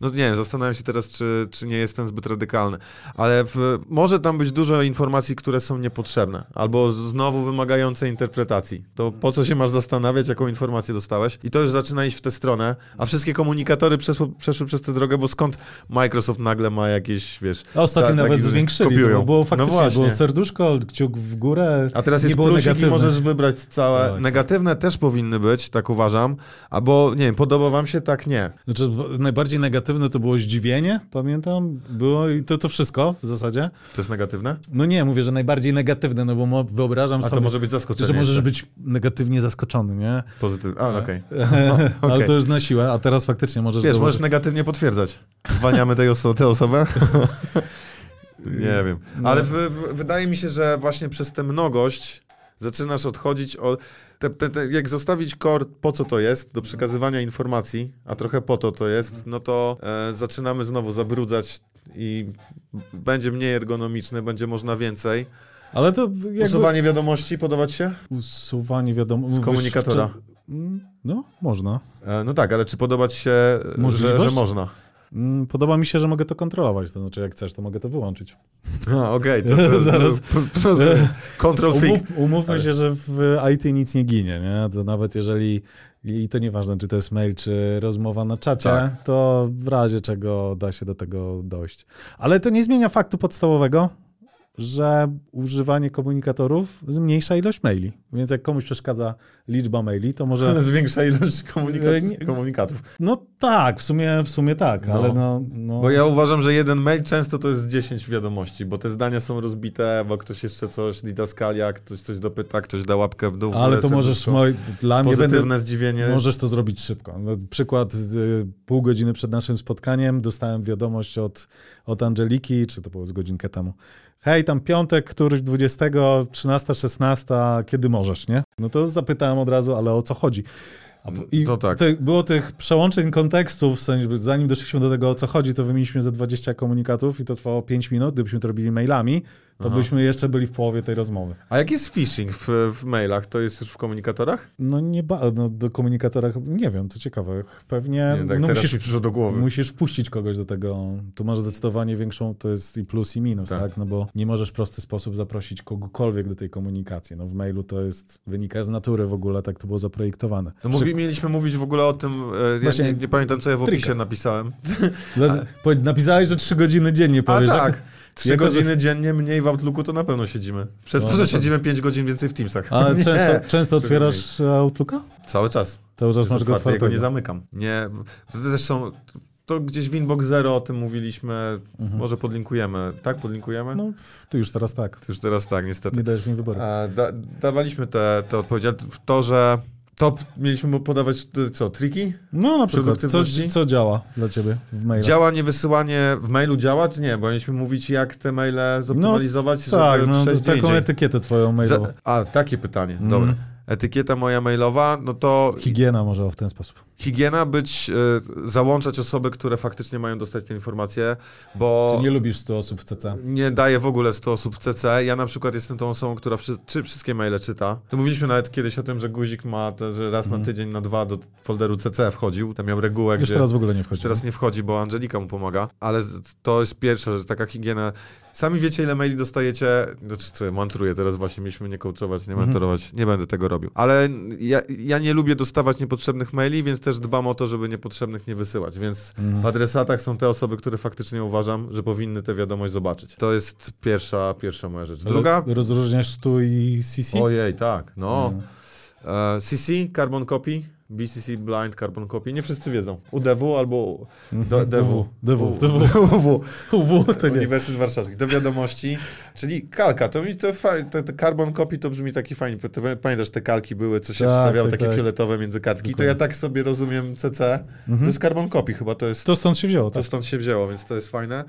S3: no nie wiem, zastanawiam się teraz, czy, czy nie jestem zbyt radykalny, ale w, może tam być dużo informacji, które są niepotrzebne, albo znowu wymagające interpretacji. To po co się masz zastanawiać, jaką informację dostałeś? I to już zaczyna iść w tę stronę, a wszystkie komunikatory przeszły, przeszły przez tę drogę, bo skąd Microsoft nagle ma jakieś, wiesz...
S4: A ostatnio
S3: ta-
S4: nawet
S3: taki-
S4: zwiększyli,
S3: kopiują.
S4: to było
S3: no
S4: faktycznie,
S3: właśnie.
S4: było serduszko, kciuk w górę,
S3: A teraz
S4: nie
S3: jest
S4: było
S3: plusik i
S4: negatywnych.
S3: możesz wybrać całe.
S4: Tak.
S3: Negatywne też powinny być, tak uważam. Albo, nie wiem, podoba wam się, tak nie.
S4: Znaczy, bo- najbardziej negatywne to było zdziwienie, pamiętam, było i to, to wszystko w zasadzie.
S3: To jest negatywne?
S4: No nie, mówię, że najbardziej negatywne, no bo mo- wyobrażam
S3: A
S4: sobie,
S3: to może być zaskoczenie.
S4: że możesz Tak.
S3: jeszcze.
S4: być negatywnie zaskoczony, nie?
S3: Pozytywne. A, okej.
S4: Ale
S3: okej.
S4: to już na siłę, a teraz faktycznie możesz...
S3: Wiesz,
S4: dołożyć-
S3: możesz negatywnie potwierdzać. Zwaniamy tej oso- tę osobę? No. nie wiem. Ale w, w, wydaje mi się, że właśnie przez tę mnogość zaczynasz odchodzić od... Te, te, te, jak zostawić core, po co to jest, do przekazywania informacji, a trochę po to to jest, no to e, zaczynamy znowu zabrudzać i będzie mniej ergonomiczne, będzie można więcej.
S4: Ale to jakby...
S3: Usuwanie wiadomości, podobać się?
S4: Usuwanie wiadomo...
S3: Z komunikatora.
S4: Mm, No, można.
S3: E, no tak, ale czy podobać się, e, że, że
S4: Możliwość?
S3: można?
S4: Mm, Podoba mi się, że mogę to kontrolować. To znaczy, jak chcesz, to mogę to wyłączyć.
S3: No, okej, to, to
S4: Zaraz.
S3: p- p- Control
S4: Umów,
S3: Umów...
S4: umówmy się, że w IT nic nie ginie, nie? To nawet jeżeli, i to nieważne, czy to jest mail, czy rozmowa na czacie,
S3: Tak.
S4: to w razie czego da się do tego dojść. Ale to nie zmienia faktu podstawowego, że używanie komunikatorów zmniejsza ilość maili. Więc jak komuś przeszkadza liczba maili, to może...
S3: Ale zwiększa ilość komunikat-
S4: E, Tak. nie-
S3: komunikatów.
S4: No tak, w sumie, w sumie tak,
S3: No.
S4: ale no... no...
S3: Bo ja uważam, że jeden mail często to jest 10 wiadomości, bo te zdania są rozbite, bo ktoś jeszcze coś didaskalia, ktoś coś dopyta, ktoś da łapkę w dół. w
S4: Ale
S3: ogóle
S4: to możesz,
S3: serduszko.
S4: moi, dla mnie
S3: Pozytywne
S4: będę,
S3: zdziwienie.
S4: możesz to zrobić szybko. No, przykład z, y, pół godziny przed naszym spotkaniem dostałem wiadomość od, od Angeliki, czy to było z godzinkę temu. Hej, tam piątek, któryś 20, 13, 16, kiedy możesz, nie? No to zapytałem od razu, ale o co chodzi? A po- I
S3: To tak.
S4: ty- było tych przełączeń kontekstów, w sensie, zanim doszliśmy do tego, o co chodzi, to wymieniliśmy ze 20 komunikatów i to trwało 5 minut. Gdybyśmy to robili mailami, to byśmy jeszcze byli w połowie tej rozmowy.
S3: A jak jest phishing w, w mailach? To jest już w komunikatorach?
S4: No nie ba- no do komunikatora, chyba- nie wiem, to ciekawe. Pewnie
S3: Nie, tak
S4: no,
S3: teraz
S4: musisz,
S3: mi przyszło do głowy.
S4: musisz wpuścić kogoś do tego. Tu masz zdecydowanie większą, to jest i plus i minus,
S3: Tak.
S4: tak. No bo nie możesz w prosty sposób zaprosić kogokolwiek do tej komunikacji. No w mailu to jest, wynika z natury w ogóle, tak to było zaprojektowane.
S3: No mówi, mieliśmy mówić w ogóle o tym, e, ja
S4: Właśnie,
S3: nie, nie pamiętam co ja w opisie
S4: trika.
S3: napisałem.
S4: Dla- powiedz- Napisałeś, że trzy godziny dziennie
S3: A
S4: powiesz.
S3: tak, trzy
S4: jako, że-
S3: godziny dziennie mniej w Outlooku to na pewno siedzimy. Przez to,
S4: No,
S3: że
S4: na pewno.
S3: siedzimy 5 godzin więcej w Teamsach.
S4: A
S3: Nie,
S4: często, często
S3: Trudno
S4: otwierasz e, Outlooka?
S3: Cały czas.
S4: Cały czas
S3: Jest
S4: masz go
S3: otwarty, ja go nie
S4: otwartego.
S3: zamykam. Nie, to też są, to gdzieś w Inbox Zero o tym mówiliśmy, może podlinkujemy. Tak, podlinkujemy?
S4: Mhm. No, ty już teraz tak.
S3: To już teraz tak, niestety.
S4: Nie dajesz mi wyboru.
S3: A, da, dawaliśmy te, te odpowiedzi, ale w to, że to mieliśmy mu podawać, y, co, triki?
S4: No na przykład, co,
S3: produktywności?
S4: co działa dla ciebie w mailu?
S3: Działa niewysyłanie w mailu działa, czy nie? Bo mieliśmy mówić, jak te maile zoptymalizować,
S4: No, tak,
S3: żeby
S4: no, to
S3: przejść
S4: taką
S3: gdzie indziej.
S4: etykietę twoją mailową. Mhm.
S3: Za- A, takie pytanie, dobra. Etykieta moja mailowa, no to
S4: Higiena może o, w ten sposób.
S3: higiena być, y, załączać osoby, które faktycznie mają dostać te informacje, bo...
S4: Czy nie lubisz 100 osób w CC?
S3: nie daje w ogóle 100 osób w CC. Ja na przykład jestem tą osobą, która wszy czy wszystkie maile czyta. To mówiliśmy nawet kiedyś o tym, że guzik ma, te, że raz
S4: Mhm.
S3: na tydzień, na dwa do folderu CC wchodził. Tam miał regułę,
S4: Już
S3: gdzie
S4: teraz w ogóle nie wchodzi. no.
S3: już teraz nie wchodzi, bo Angelika mu pomaga. Ale z- to jest pierwsza rzecz, taka higiena. Sami wiecie, ile maili dostajecie. Znaczy, co, ja mantruję teraz właśnie, mieliśmy nie coachować,
S4: Mhm.
S3: nie mentorować. Nie będę tego robił. Ale ja, ja nie lubię dostawać niepotrzebnych maili, więc też dbam o to, żeby niepotrzebnych nie wysyłać. Więc
S4: Mhm.
S3: w adresatach są te osoby, które faktycznie uważam, że powinny tę wiadomość zobaczyć. To jest pierwsza, pierwsza moja rzecz.
S4: Ale
S3: Druga,
S4: Rozróżniasz tu i CC?
S3: Ojej, tak, no.
S4: No.
S3: E, CC, Carbon Copy, BCC Blind Carbon Copy. Nie wszyscy wiedzą. UDW albo do, DW.
S4: DW,
S3: U-
S4: DW.
S3: DW.
S4: UW, to nie.
S3: Uniwersytet Warszawski. Do wiadomości, czyli kalka. To mi to, fa- to, to Carbon Copy to brzmi taki fajnie. Ty Pamiętasz, te kalki były, co się
S4: Tak,
S3: wstawiało,
S4: tak,
S3: takie
S4: tak.
S3: fioletowe między kartki. To ja tak sobie rozumiem CC.
S4: Mhm.
S3: To jest Carbon Copy chyba, to jest
S4: To stąd się wzięło,
S3: to
S4: tak?
S3: stąd się wzięło, więc to jest fajne.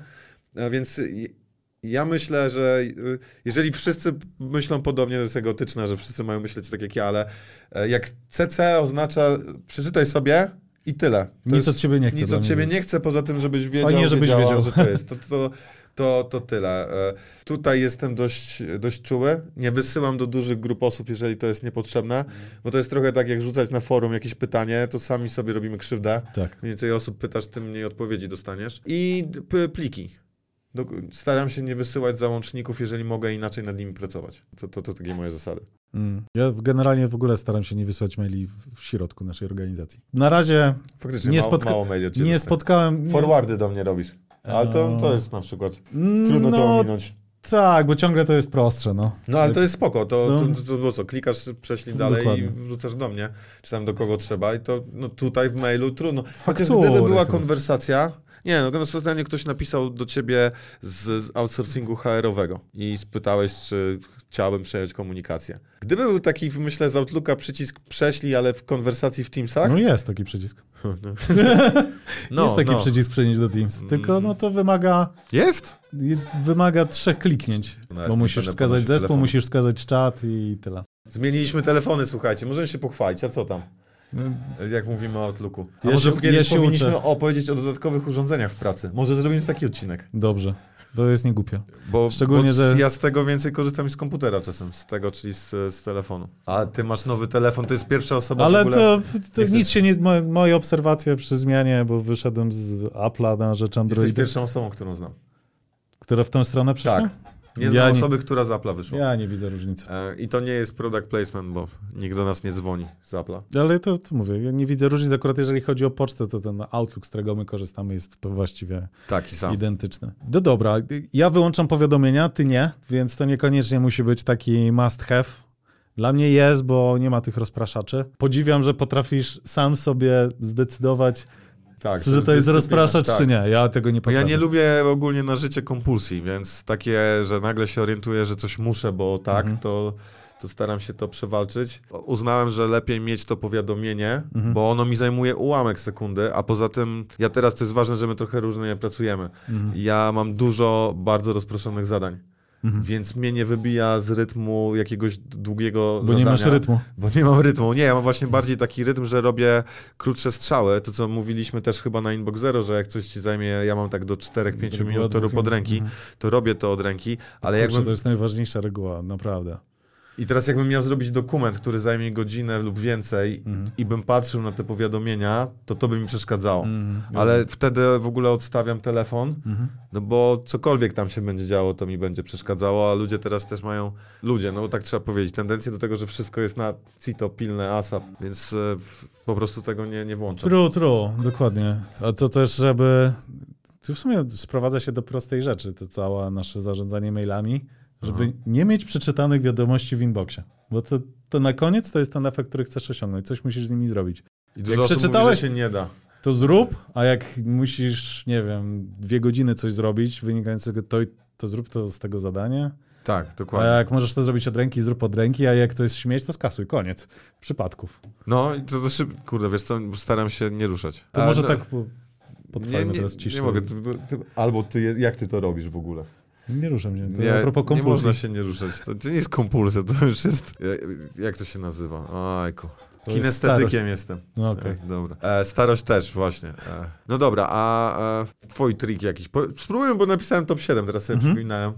S3: E, Więc y, ja myślę, że y, jeżeli wszyscy myślą podobnie, to jest egotyczne, że wszyscy mają myśleć tak jak ja, ale e, jak CC oznacza przeczytaj sobie i tyle. To
S4: Nic od ciebie nie chcę
S3: Nic
S4: dla
S3: od
S4: mnie
S3: ciebie
S4: wiedzieć.
S3: nie chcę, poza tym, żebyś wiedział,
S4: Fajnie, żebyś
S3: wiedziała,
S4: wiedział.
S3: że to jest. To, to, to, to tyle. E, Tutaj jestem dość, dość czuły. Nie wysyłam do dużych grup osób, jeżeli to jest niepotrzebne, bo to jest trochę tak, jak rzucać na forum jakieś pytanie, to sami sobie robimy krzywdę.
S4: Tak.
S3: Im więcej osób pytasz, tym mniej odpowiedzi dostaniesz. I d- p- pliki. Do, staram się nie wysyłać załączników, jeżeli mogę inaczej nad nimi pracować. To, to, to takie moje zasady.
S4: Mm. Ja w- generalnie w ogóle staram się nie wysłać maili w, w środku naszej organizacji. Na razie
S3: Faktycznie,
S4: Nie
S3: mało,
S4: spotka-
S3: mało maili od ciebie
S4: nie
S3: dostałem.
S4: spotkałem... nie-
S3: Forwardy do mnie robisz. Ale to, to jest na przykład. Trudno
S4: no,
S3: to ominąć.
S4: tak, bo ciągle to jest prostsze, no.
S3: No ale to jest spoko. To,
S4: No.
S3: to, to, było co? Klikasz, prześlij dalej i
S4: Dokładnie.
S3: wrzucasz do mnie, czy tam do kogo trzeba. I to no, tutaj w mailu trudno. Chociaż
S4: Faktury
S3: gdyby była
S4: chyba.
S3: konwersacja. Nie, no ostatnio ktoś napisał do ciebie z, z outsourcingu HR-owego i spytałeś, czy chciałbym przejąć komunikację. Gdyby był taki, myślę, z Outlooka przycisk prześlij, ale w konwersacji w Teamsach,
S4: No jest taki przycisk.
S3: Tak? no,
S4: jest taki
S3: no. Mm.
S4: przycisk przenieść do Teams. Tylko no to wymaga
S3: Jest?
S4: I- wymaga trzech kliknięć,
S3: Nawet
S4: bo
S3: nie
S4: musisz
S3: będę
S4: wskazać
S3: podnosił
S4: zespół,
S3: telefonu.
S4: musisz wskazać czat i tyle.
S3: Zmieniliśmy telefony, słuchajcie, możemy się pochwalić, a co tam? Jak mówimy o Outlooku. A
S4: Ja
S3: może
S4: się-
S3: kiedyś
S4: ja się
S3: powinniśmy
S4: uczę.
S3: opowiedzieć o dodatkowych urządzeniach w pracy. Może zrobimy taki odcinek.
S4: Dobrze, to jest niegłupio.
S3: Bo,
S4: Szczególnie,
S3: bo
S4: że-
S3: ja z tego więcej korzystam niż z komputera czasem, z tego, czyli z, z telefonu. A ty masz nowy telefon, to jest pierwsza osoba w
S4: Ale
S3: ogóle...
S4: to, to
S3: jesteś-
S4: nic się nie... Moje, moje obserwacje przy zmianie, bo wyszedłem z Apple'a na rzecz
S3: Jesteś
S4: Androida,
S3: pierwszą osobą, którą znam.
S4: która w tą stronę przeszła?
S3: Tak. Nie znam
S4: Ja nie-
S3: osoby, która z Apple'a wyszła.
S4: Ja nie widzę różnicy.
S3: E, I to nie jest product placement, bo nikt do nas nie dzwoni z Apple'a.
S4: Ale to, to mówię, ja nie widzę różnic. Akurat jeżeli chodzi o pocztę, to ten Outlook, z którego my korzystamy, jest właściwie
S3: Taki Tak, sam.
S4: identyczny. No dobra, ja wyłączam powiadomienia, ty nie, więc to niekoniecznie musi być taki must have. Dla mnie jest, bo nie ma tych rozpraszaczy. Podziwiam, że potrafisz sam sobie zdecydować,
S3: Tak,
S4: że to jest
S3: dyscyplina,
S4: rozpraszacz
S3: tak.
S4: czy nie. Ja tego nie
S3: Bo
S4: potrafię.
S3: ja nie lubię ogólnie na życie kompulsji, więc takie, że nagle się orientuję, że coś muszę, bo tak,
S4: Mhm.
S3: to, to staram się to przewalczyć. O- Uznałem, że lepiej mieć to powiadomienie,
S4: Mhm.
S3: bo ono mi zajmuje ułamek sekundy, a poza tym ja teraz, to jest ważne, że my trochę różnie pracujemy.
S4: Mhm.
S3: Ja mam dużo bardzo rozproszonych zadań.
S4: Mhm.
S3: Więc mnie nie wybija z rytmu jakiegoś d- długiego
S4: Bo nie
S3: zadania.
S4: masz rytmu.
S3: Bo nie mam rytmu. Nie, ja mam właśnie bardziej taki rytm, że robię krótsze strzały. To, co mówiliśmy też chyba na Inbox Zero, że jak coś ci zajmie, ja mam tak do 4-5
S4: Reguła
S3: minut to
S4: dwóch
S3: rób od
S4: minut,
S3: ręki, to robię to od ręki,
S4: Kurczę,
S3: ale
S4: Mhm. to
S3: jakbym...
S4: jest najważniejsza reguła, naprawdę.
S3: I teraz jakbym miał zrobić dokument, który zajmie godzinę lub więcej
S4: Mhm.
S3: i bym patrzył na te powiadomienia, to to by mi przeszkadzało.
S4: Mm.
S3: Mm,
S4: Mhm.
S3: Ale wtedy w ogóle odstawiam telefon, no bo cokolwiek tam się będzie działo, to mi będzie przeszkadzało, a ludzie teraz też mają, ludzie, no bo tak trzeba powiedzieć, tendencję do tego, że wszystko jest na cito, pilne, asap, więc e, w- po prostu tego nie, nie włączam.
S4: True, true, dokładnie. A to też, żeby. To w sumie sprowadza się do prostej rzeczy, to całe nasze zarządzanie mailami, żeby
S3: Mhm.
S4: nie mieć przeczytanych wiadomości w inboxie. Bo to, to na koniec to jest ten efekt, który chcesz osiągnąć. Coś musisz z nimi zrobić.
S3: I dużo
S4: Jak
S3: osób mówi,
S4: przeczytałeś-
S3: że się nie da.
S4: To zrób, a jak musisz, nie wiem, dwie godziny coś zrobić, wynikające z tego, to, to zrób to z tego zadania.
S3: Tak,
S4: A
S3: dokładnie.
S4: jak możesz to zrobić od ręki, zrób od ręki, a jak to jest śmieć, to skasuj. Koniec. Przypadków.
S3: No i to, to szyb... kurde, wiesz co, staram się nie ruszać.
S4: To
S3: A,
S4: może
S3: no,
S4: tak po, po
S3: nie,
S4: twojemu
S3: nie,
S4: teraz ciszy.
S3: nie mogę. Ty, ty, albo ty, je- jak ty to robisz w ogóle?
S4: Nie ruszam się. To
S3: Nie,
S4: a propos
S3: nie
S4: kompulsji.
S3: można się nie ruszać. To, to nie jest kompulsja, to już jest. e, Jak to się nazywa? Ojku.
S4: To jest
S3: Kinestetykiem jestem.
S4: No okej.
S3: Tak, dobra. E, starość też, właśnie. E, no dobra, a e, twój trik jakiś. Po, spróbujmy, bo napisałem top 7, teraz sobie
S4: Mhm.
S3: przypominałem.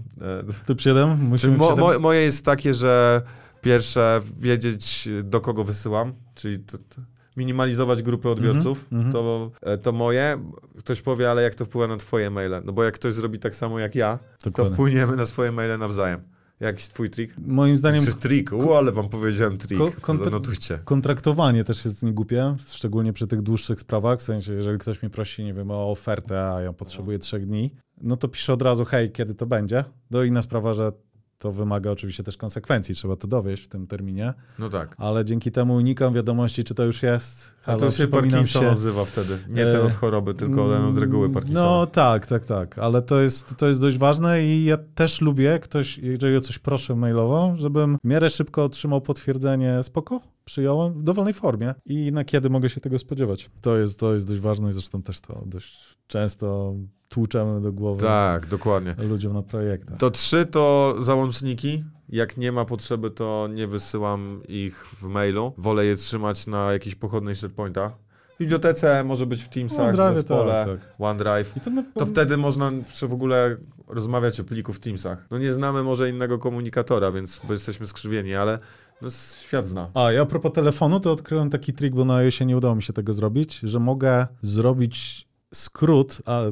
S3: E,
S4: Typ 7? Musimy
S3: mo,
S4: Mo,
S3: mo, moje jest takie, że pierwsze wiedzieć, do kogo wysyłam, czyli to, to minimalizować grupy
S4: Mhm,
S3: odbiorców, to, e, to moje. Ktoś powie, ale jak to wpływa na twoje maile? No bo jak ktoś zrobi tak samo jak ja, to
S4: Dokładnie.
S3: wpłyniemy na swoje maile nawzajem. Jakiś twój trik?
S4: Moim zdaniem
S3: Czy trik? U, ale wam powiedziałem trik.
S4: Ko- kontr-
S3: Zanotujcie.
S4: kontraktowanie też jest niegłupie, szczególnie przy tych dłuższych sprawach. W sensie, jeżeli ktoś mnie prosi, nie wiem, o ofertę, a ja potrzebuję trzech dni, no to piszę od razu, hej, kiedy to będzie. No inna sprawa, że to wymaga oczywiście też konsekwencji, trzeba to dowieść w tym terminie,
S3: No tak.
S4: ale dzięki temu unikam wiadomości, czy to już jest.
S3: A
S4: Halo,
S3: to się
S4: przypominam
S3: Parkinson
S4: się.
S3: odzywa wtedy. Nie
S4: E,
S3: ten od choroby, tylko ten od reguły Parkinsona.
S4: No tak, tak, tak, ale to jest, to jest dość ważne i ja też lubię, ktoś, jeżeli o coś proszę mailowo, żebym w miarę szybko otrzymał potwierdzenie spoko, przyjąłem w dowolnej formie i na kiedy mogę się tego spodziewać. To jest, to jest dość ważne i zresztą też to dość często tłuczemy do głowy
S3: Tak, dokładnie.
S4: ludziom na projektach.
S3: To trzy to załączniki. Jak nie ma potrzeby, to nie wysyłam ich w mailu. Wolę je trzymać na jakiejś pochodnej SharePointa. W bibliotece, może być w Teamsach, w
S4: OneDrive'ie,
S3: zespole,
S4: tak, tak.
S3: OneDrive.
S4: I to, na,
S3: To wtedy można przy w ogóle rozmawiać o pliku w Teamsach. No nie znamy może innego komunikatora, więc bo jesteśmy skrzywieni, ale no, s- świat zna.
S4: A, ja a propos telefonu, to odkryłem taki trik, bo na iOSie nie udało mi się tego zrobić, że mogę zrobić skrót a, y,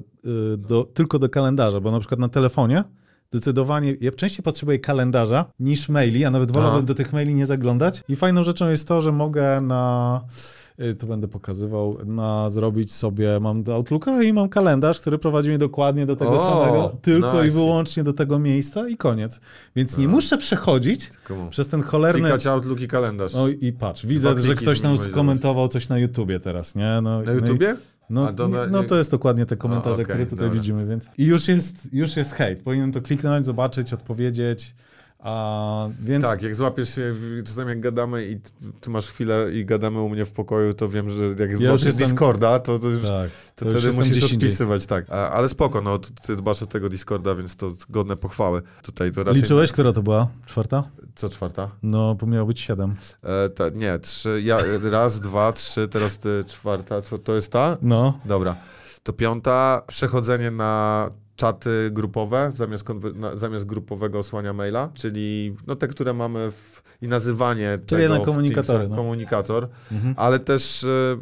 S4: do, tylko do kalendarza, bo na przykład na telefonie zdecydowanie, ja częściej potrzebuję kalendarza niż maili, a nawet wolałbym
S3: A.
S4: do tych maili nie zaglądać. I fajną rzeczą jest to, że mogę na, y, to będę pokazywał, na zrobić sobie, mam do Outlooka i mam kalendarz, który prowadzi mnie dokładnie do tego
S3: O,
S4: samego, tylko i
S3: nice.
S4: wyłącznie do tego miejsca i koniec. Więc nie muszę przechodzić
S3: Komu?
S4: przez ten cholerny
S3: Klikać Outlook i kalendarz.
S4: no i patrz, widzę,
S3: kliki
S4: że ktoś nam
S3: zmieniłeś,
S4: skomentował coś na YouTubie teraz, nie? No,
S3: Na YouTubie?
S4: No,
S3: A to
S4: nie-
S3: na-
S4: no to jest dokładnie te komentarze,
S3: A, okej,
S4: które tutaj
S3: dobra.
S4: widzimy, więc... I już jest, już jest hejt. Powinienem to kliknąć, zobaczyć, odpowiedzieć, a, więc...
S3: Tak, jak złapiesz się, w- czasami jak gadamy i t- ty masz chwilę i gadamy u mnie w pokoju, to wiem, że jak
S4: już
S3: włączysz
S4: jestem-
S3: Discorda, to, to już...
S4: tak
S3: To,
S4: już
S3: wtedy
S4: jestem
S3: musisz
S4: gdzieś indziej.
S3: odpisywać, tak. A, ale spoko, no, t- ty dbasz o tego Discorda, więc to godne pochwały. Tutaj to raczej...
S4: Liczyłeś, która to była? Czwarta?
S3: Co czwarta?
S4: No, bo miało być siedem.
S3: E, ta, nie, trzy, ja, raz, dwa, trzy, teraz ty, czwarta, to, to jest ta?
S4: No,
S3: Dobra. To piąta, przechodzenie na czaty grupowe zamiast, konwer- na, zamiast grupowego osłania maila, czyli no te, które mamy w, i nazywanie
S4: Czyli no.
S3: tego
S4: na
S3: w
S4: komunikatory,
S3: Teamsach,
S4: no.
S3: komunikator, ale też e,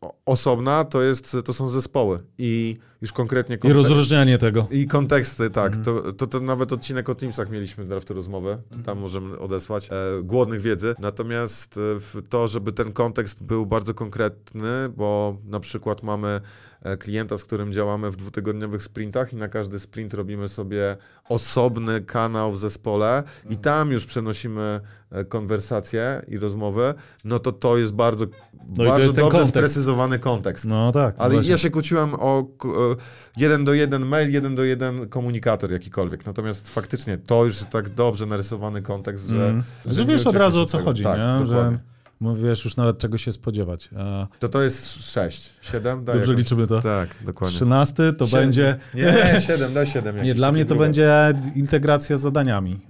S3: o- osobna to, jest, to są zespoły i już konkretnie
S4: I
S3: kontek-
S4: rozróżnianie tego.
S3: i konteksty, tak.
S4: Mhm.
S3: To, to, to nawet odcinek o Teamsach mieliśmy draftu rozmowę, to tam możemy odesłać e, głodnych wiedzy. Natomiast e, w to, żeby ten kontekst był bardzo konkretny, bo na przykład mamy e, klienta, z którym działamy w dwutygodniowych sprintach i na każdy sprint robimy sobie osobny kanał w zespole i
S4: Mhm.
S3: tam już przenosimy e, konwersacje i rozmowy, no to to jest bardzo,
S4: No to
S3: bardzo
S4: jest ten
S3: dobrze
S4: kontekst.
S3: sprecyzowany kontekst.
S4: No tak.
S3: Ale
S4: właśnie.
S3: ja się kłóciłem o k- e, jeden do jeden mail, jeden do jeden komunikator jakikolwiek. Natomiast faktycznie to już jest tak dobrze narysowany kontekst, że...
S4: Mm. Że
S3: nie
S4: wiesz od
S3: uciekniesz
S4: razu o co
S3: tego.
S4: chodzi,
S3: tak,
S4: nie?
S3: Dokładnie.
S4: Że no, wiesz już nawet czego się spodziewać. E, A
S3: To to jest sześć, siedem? Daj
S4: dobrze
S3: jakoś-
S4: liczymy to.
S3: Tak, dokładnie.
S4: Trzynasty to
S3: Siedem.
S4: będzie...
S3: Nie, siedem, daj siedem.
S4: Nie,
S3: jakieś
S4: dla
S3: takie
S4: mnie to
S3: grube.
S4: będzie integracja z zadaniami.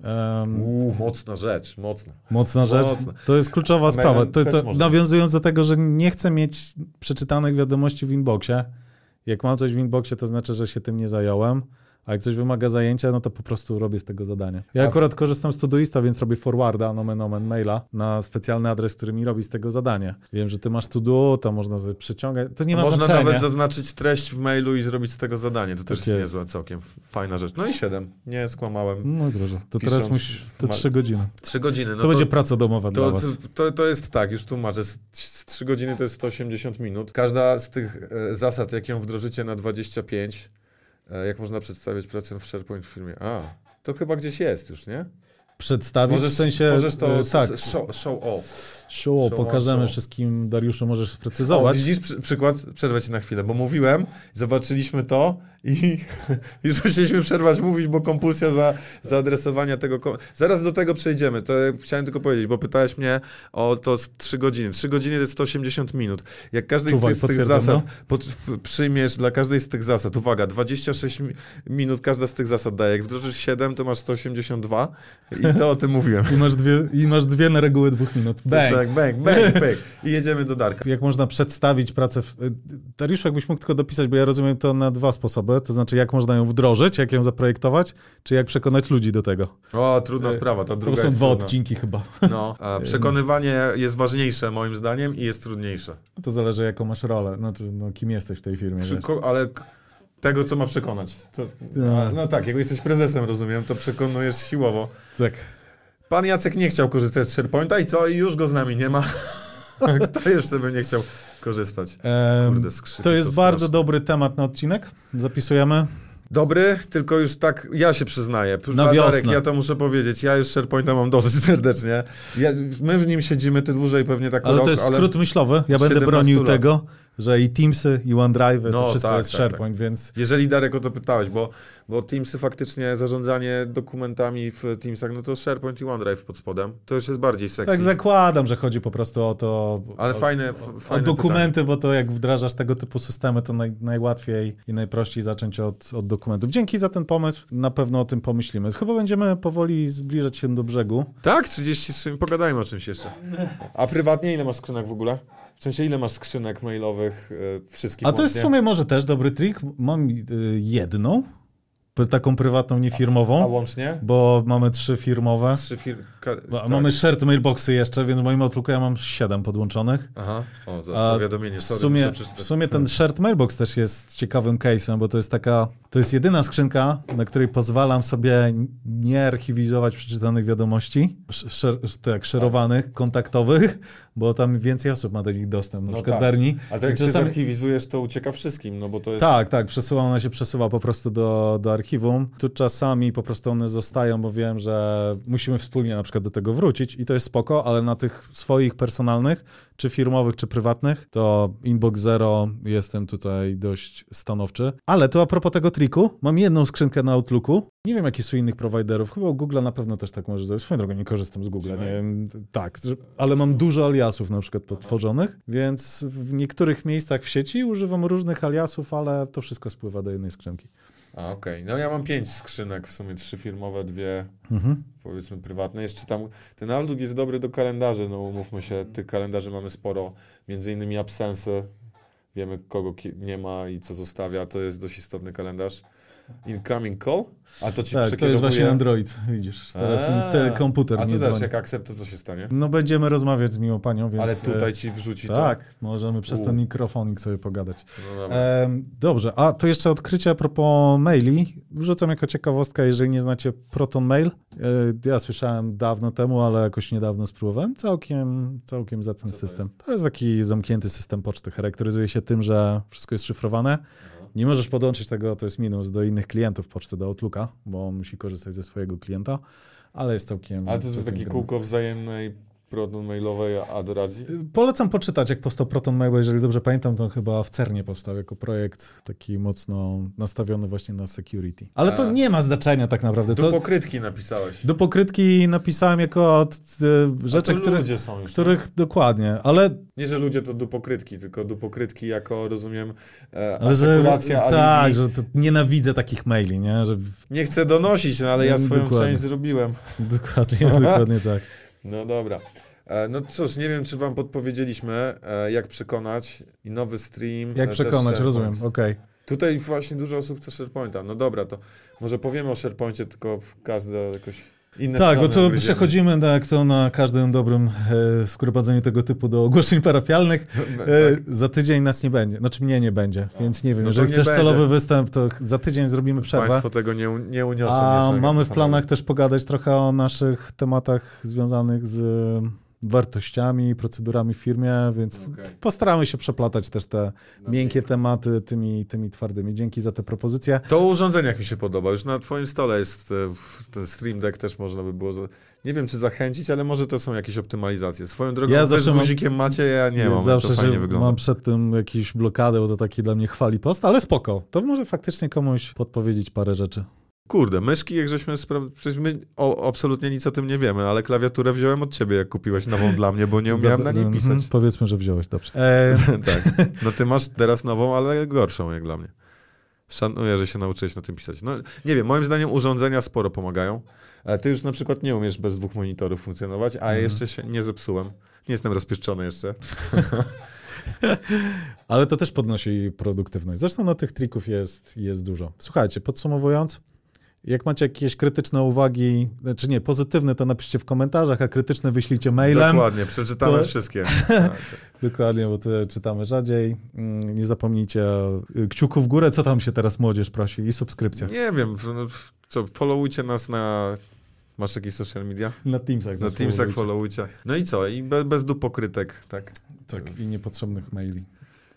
S4: Em,
S3: Uuu, mocna rzecz, mocna.
S4: Mocna rzecz.
S3: Mocna.
S4: To jest kluczowa
S3: Mailem
S4: sprawa. To,
S3: też
S4: to,
S3: można.
S4: nawiązując do tego, że nie chcę mieć przeczytanych wiadomości w inboxie. Jak mam coś w inboxie, to znaczy, że się tym nie zająłem. A jak coś wymaga zajęcia, no to po prostu robię z tego zadanie.
S3: A
S4: Ja
S3: w-
S4: akurat korzystam z Todoista, więc robię forwarda, nomen omen maila na specjalny adres, który mi robi z tego zadanie. Wiem, że ty masz Todo, tam można sobie przyciągać. To nie ma
S3: Można
S4: znaczenia.
S3: nawet zaznaczyć treść w mailu i zrobić z tego zadanie. To też
S4: Tak
S3: jest
S4: jest.
S3: niezła całkiem fajna rzecz. No i siedem. Nie, skłamałem.
S4: No dobrze. To
S3: Pisząc
S4: teraz musisz... To
S3: ma-
S4: trzy godziny.
S3: Trzy godziny. No
S4: to, będzie praca domowa dla
S3: To,
S4: was.
S3: to, to jest tak, już tłumaczę. Z, z 3 godziny to jest 180 minut. Każda z tych e, zasad, jak ją wdrożycie na 25, e, jak można przedstawiać pracę w SharePoint w firmie. A, to chyba gdzieś jest już, nie?
S4: Przedstawić w sensie...
S3: możesz to
S4: e,
S3: s-
S4: tak.
S3: s- show, show off.
S4: Show,
S3: Show,
S4: pokażemy
S3: show.
S4: wszystkim, Dariuszu, możesz
S3: O,
S4: sprecyzować.
S3: widzisz przy, przykład? Przerwę ci na chwilę, bo mówiłem, zobaczyliśmy to i już chcieliśmy przerwać mówić, bo kompulsja za, zaadresowania tego... Kom... Zaraz do tego przejdziemy, to chciałem tylko powiedzieć, bo pytałeś mnie o to z 3 godziny. 3 godziny to jest 180 minut. Jak każdy
S4: Czuwaj,
S3: z tych
S4: potwierdzam, no.
S3: zasad pod, przyjmiesz dla każdej z tych zasad, uwaga, 26 mi- minut każda z tych zasad daje. Jak wdrożysz 7, to masz 182 i to o tym mówiłem.
S4: I masz, dwie, I masz dwie na reguły dwóch minut. Bang.
S3: Tak, bang, bang, bang. I jedziemy do Darka.
S4: Jak można przedstawić pracę. W... y, Dariuszu, jakbyś mógł tylko dopisać, bo ja rozumiem to na dwa sposoby. To znaczy, jak można ją wdrożyć, jak ją zaprojektować, czy jak przekonać ludzi do tego.
S3: O, trudna sprawa, ta druga
S4: E, to są
S3: jest
S4: dwa
S3: trudna.
S4: odcinki chyba.
S3: No, a przekonywanie jest ważniejsze moim zdaniem i jest trudniejsze.
S4: To zależy, jaką masz rolę. Znaczy, no, kim jesteś w tej firmie. wiesz.
S3: Przyko- ale k- tego, co ma przekonać. To,
S4: No.
S3: a, no tak, jak jesteś prezesem, rozumiem, to przekonujesz siłowo.
S4: Tak.
S3: Pan Jacek nie chciał korzystać z SharePointa i co? I już go z nami nie ma. Kto jeszcze by nie chciał korzystać?
S4: Em,
S3: Kurde, skrzypy,
S4: to jest
S3: to
S4: bardzo
S3: straszne.
S4: dobry temat na odcinek. Zapisujemy.
S3: Dobry, tylko już tak, ja się przyznaję.
S4: Na
S3: Darek,
S4: wiosnę.
S3: ja to muszę powiedzieć, ja już SharePointa mam dosyć serdecznie. Ja, my w nim siedzimy, ty dłużej pewnie tak
S4: Ale
S3: rok,
S4: to jest skrót myślowy. Ja będę
S3: 17
S4: bronił
S3: lat.
S4: tego, że i Teamsy, i OneDrive,
S3: No,
S4: to wszystko
S3: tak,
S4: jest
S3: tak,
S4: SharePoint, więc
S3: Jeżeli Darek o to pytałeś, bo, bo Teamsy faktycznie zarządzanie dokumentami w Teamsach, no to SharePoint i OneDrive pod spodem. To już jest bardziej sexy.
S4: tak zakładam, że chodzi po prostu o to.
S3: ale
S4: o,
S3: fajne, f- fajne
S4: o
S3: pytanie.
S4: dokumenty, bo to jak wdrażasz tego typu systemy, to naj, najłatwiej i najprościej zacząć od, od dokumentów. Dzięki za ten pomysł. Na pewno o tym pomyślimy. Chyba będziemy powoli zbliżać się do brzegu.
S3: Tak, 33, pogadajmy o czymś jeszcze. A prywatnie ile masz skrzynek w ogóle? W sensie ile masz skrzynek mailowych e, wszystkich
S4: A to jest w
S3: łącznie?
S4: sumie może też dobry trik. Mam y, jedną, p- taką prywatną,
S3: A
S4: niefirmową,
S3: łącznie?
S4: bo mamy trzy firmowe.
S3: Trzy fir... Ka...
S4: A
S3: tak.
S4: Mamy shared mailboxy jeszcze, więc w moim Outlooku ja mam siedem podłączonych.
S3: Aha, o, za
S4: A
S3: powiadomienie,
S4: W
S3: sorry,
S4: sumie,
S3: muszę przeczytać.
S4: w sumie ten shared mailbox też jest ciekawym case'em, bo to jest taka, to jest jedyna skrzynka, na której pozwalam sobie nie archiwizować przeczytanych wiadomości, sz- szer, tak, szerowanych, kontaktowych, bo tam więcej osób ma do nich dostęp, na
S3: No
S4: przykład
S3: tak.
S4: Darni.
S3: A to
S4: Czasami-
S3: jak ty zarchiwizujesz, to ucieka wszystkim, no bo to jest...
S4: tak, tak, przesuwa, ona się przesuwa po prostu do, do archiwum. Tu czasami po prostu one zostają, bo wiem, że musimy wspólnie na przykład do tego wrócić i to jest spoko, ale na tych swoich personalnych, czy firmowych, czy prywatnych, to Inbox Zero jestem tutaj dość stanowczy. Ale to a propos tego triku, mam jedną skrzynkę na Outlooku. Nie wiem, jakie są innych prowajderów. Chyba Google na pewno też tak może zrobić. Swoją drogą nie korzystam z Google, nie wiem. Tak, że- ale mam dużo aliasów na przykład potworzonych, więc w niektórych miejscach w sieci używam różnych aliasów, ale to wszystko spływa do jednej skrzynki.
S3: A, okej. No ja mam pięć skrzynek, w sumie trzy firmowe, dwie
S4: Mhm.
S3: powiedzmy prywatne. Jeszcze tam ten Outlook jest dobry do kalendarzy, no umówmy się, tych kalendarzy mamy sporo, między innymi absensy. Wiemy, kogo ki- nie ma i co zostawia. To jest dość istotny kalendarz. incoming call, a to
S4: Tak,
S3: ci
S4: to jest
S3: przekierowuje...
S4: właśnie Android, widzisz. Teraz
S3: A,
S4: ten komputer
S3: A
S4: nie
S3: co teraz,
S4: dzwoni.
S3: jak akcept, to co się stanie?
S4: No będziemy rozmawiać z miłą panią, więc...
S3: Ale tutaj
S4: e,
S3: ci wrzuci to.
S4: Tak, możemy przez
S3: U.
S4: ten mikrofonik sobie pogadać.
S3: No dobra.
S4: Em, dobrze, a to jeszcze odkrycie a propos maili. Wrzucam jako ciekawostkę, jeżeli nie znacie Proton Mail. E, Ja słyszałem dawno temu, ale jakoś niedawno spróbowałem. Całkiem, całkiem za ten
S3: to
S4: system. To jest? taki zamknięty system poczty. Charakteryzuje się tym, że wszystko jest szyfrowane. Nie możesz podłączyć tego, to jest minus, do innych klientów poczty, do Outlooka, bo on musi korzystać ze swojego klienta, ale jest całkiem...
S3: Ale to jest
S4: całkiem
S3: takie
S4: grane.
S3: kółko wzajemnej protonu mailowej adoracji.
S4: Polecam poczytać, jak powstał Proton Mail, bo jeżeli dobrze pamiętam, to on chyba w CERNie powstał jako projekt taki mocno nastawiony właśnie na security. Ale to
S3: A.
S4: nie ma znaczenia tak naprawdę.
S3: Tu
S4: To,
S3: pokrytki napisałeś.
S4: do pokrytki napisałem jako od, e,
S3: A
S4: rzeczy,
S3: to
S4: które,
S3: ludzie są już.
S4: których dokładnie, ale,
S3: Nie, że ludzie to dupokrytki, tylko dupokrytki jako, rozumiem, e,
S4: ale że,
S3: asekuracja
S4: tak,
S3: alibi.
S4: że to nienawidzę takich maili, nie? Że,
S3: Nie chcę donosić, no ale ja
S4: Mm,
S3: swoją
S4: dokładnie.
S3: część zrobiłem.
S4: dokładnie, dokładnie tak.
S3: No dobra. E, No cóż, nie wiem, czy wam podpowiedzieliśmy, e, jak przekonać i nowy stream.
S4: Jak
S3: e, też
S4: przekonać,
S3: SharePoint.
S4: rozumiem, okej.
S3: Tutaj właśnie dużo osób chce SharePointa. No dobra, to może powiemy o SharePoincie, tylko w każde jakoś inne
S4: Tak,
S3: strony
S4: bo to
S3: wyjdziemy.
S4: przechodzimy tak to na każdym dobrym e, sprowadzeniu tego typu do ogłoszeń parafialnych. E, Za tydzień nas nie będzie, znaczy mnie nie będzie, więc nie wiem,
S3: tak. No to
S4: jeżeli
S3: nie
S4: chcesz
S3: będzie.
S4: celowy występ, to ch- za tydzień zrobimy przerwę.
S3: Państwo tego nie, u- nie uniosą.
S4: A
S3: niestety.
S4: mamy w planach też pogadać trochę o naszych tematach związanych z e, wartościami, procedurami w firmie, więc postaramy się przeplatać też te miękkie tematy tymi, tymi twardymi. Dzięki za te propozycje.
S3: To o urządzeniach mi się podoba. Już na twoim stole jest e, w- ten Stream Deck, też można by było... Za... Nie wiem, czy zachęcić, ale może to są jakieś optymalizacje. Swoją drogą,
S4: Ja
S3: ja też
S4: zawsze mam-
S3: guzikiem macie, ja nie mam.
S4: Zawsze
S3: to fajnie
S4: się
S3: wygląda.
S4: mam przed tym jakąś blokadę, bo to taki dla mnie chwali post, ale spoko. To może faktycznie komuś podpowiedzieć parę rzeczy.
S3: Kurde, myszki, jak żeśmy sprawdzili, przecież my o, absolutnie nic o tym nie wiemy, ale klawiaturę wziąłem od ciebie, jak kupiłeś nową dla mnie, bo nie umiałem na niej
S4: Mhm,
S3: pisać.
S4: Powiedzmy, że wziąłeś, dobrze. E,
S3: tak. No ty masz teraz nową, ale gorszą jak dla mnie. Szanuję, że się nauczyłeś na tym pisać. No nie wiem, moim zdaniem urządzenia sporo pomagają. E, Ty już na przykład nie umiesz bez dwóch monitorów funkcjonować, a
S4: Mhm.
S3: ja jeszcze się nie zepsułem. Nie jestem rozpieszczony jeszcze.
S4: Ale to też podnosi produktywność. Zresztą no, tych trików jest, jest dużo. Słuchajcie, podsumowując, jak macie jakieś krytyczne uwagi, czy nie, pozytywne, to napiszcie w komentarzach, a krytyczne wyślijcie mailem.
S3: Dokładnie, przeczytamy
S4: To-
S3: wszystkie. Tak.
S4: Dokładnie, bo te czytamy rzadziej. Mm, Nie zapomnijcie o, y, kciuku w górę, co tam się teraz młodzież prosi i subskrypcja.
S3: Nie wiem, w- no, w- co, followujcie nas na... Masz jakieś social media?
S4: Na Teamsach.
S3: Na
S4: nas
S3: Teamsach
S4: followujcie.
S3: followujcie. No i co? I be, bez dupokrytek, tak?
S4: Tak, i niepotrzebnych maili.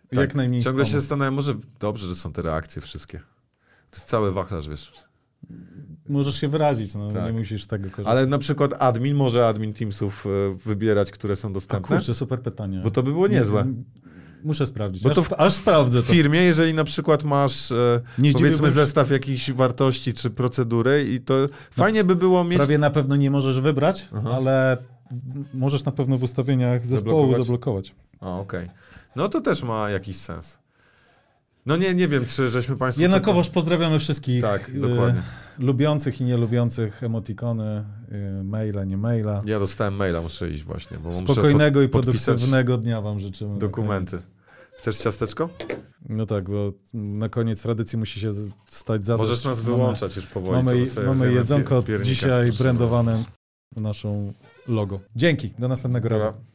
S3: Tak.
S4: Jak najmniej
S3: Ciągle się
S4: spamu.
S3: zastanawiam, może dobrze, że są te reakcje wszystkie. To jest cały wachlarz, wiesz.
S4: Możesz się wyrazić, no,
S3: Tak.
S4: nie musisz tego korzystać.
S3: Ale na przykład admin może admin Teamsów e, wybierać, które są
S4: A
S3: dostępne.
S4: Tak. kurczę, super pytanie.
S3: Bo to by było niezłe.
S4: Muszę sprawdzić.
S3: Bo to
S4: aż,
S3: w-
S4: aż sprawdzę
S3: W
S4: to.
S3: firmie, jeżeli na przykład masz e,
S4: Nie
S3: powiedzmy
S4: zdziwiłbym się.
S3: zestaw jakichś wartości czy procedury i to fajnie by było mieć
S4: Prawie na pewno nie możesz wybrać, ale możesz na pewno w ustawieniach zespołu
S3: Zablokować?
S4: zablokować.
S3: O, okej. No to też ma jakiś sens. No nie, nie wiem, czy żeśmy Państwu...
S4: Jednakowoż pozdrawiamy wszystkich
S3: Tak,
S4: y,
S3: dokładnie.
S4: lubiących i nielubiących emotikony, y, maila, nie maila.
S3: Ja dostałem maila, muszę iść właśnie, bo muszę
S4: Spokojnego
S3: pod-
S4: i
S3: podpisać
S4: produktywnego dnia wam życzymy. Tak
S3: dokumenty. Chcesz ciasteczko?
S4: No tak, bo na koniec tradycji musi się z- stać za to,
S3: Możesz
S4: że
S3: nas
S4: mamy-
S3: wyłączać już powoli.
S4: Mamy,
S3: to sobie
S4: mamy
S3: zjemy
S4: jedzonko
S3: pier- piernika.
S4: dzisiaj brandowane naszą logo. Dzięki, do następnego razu.
S3: Dobra.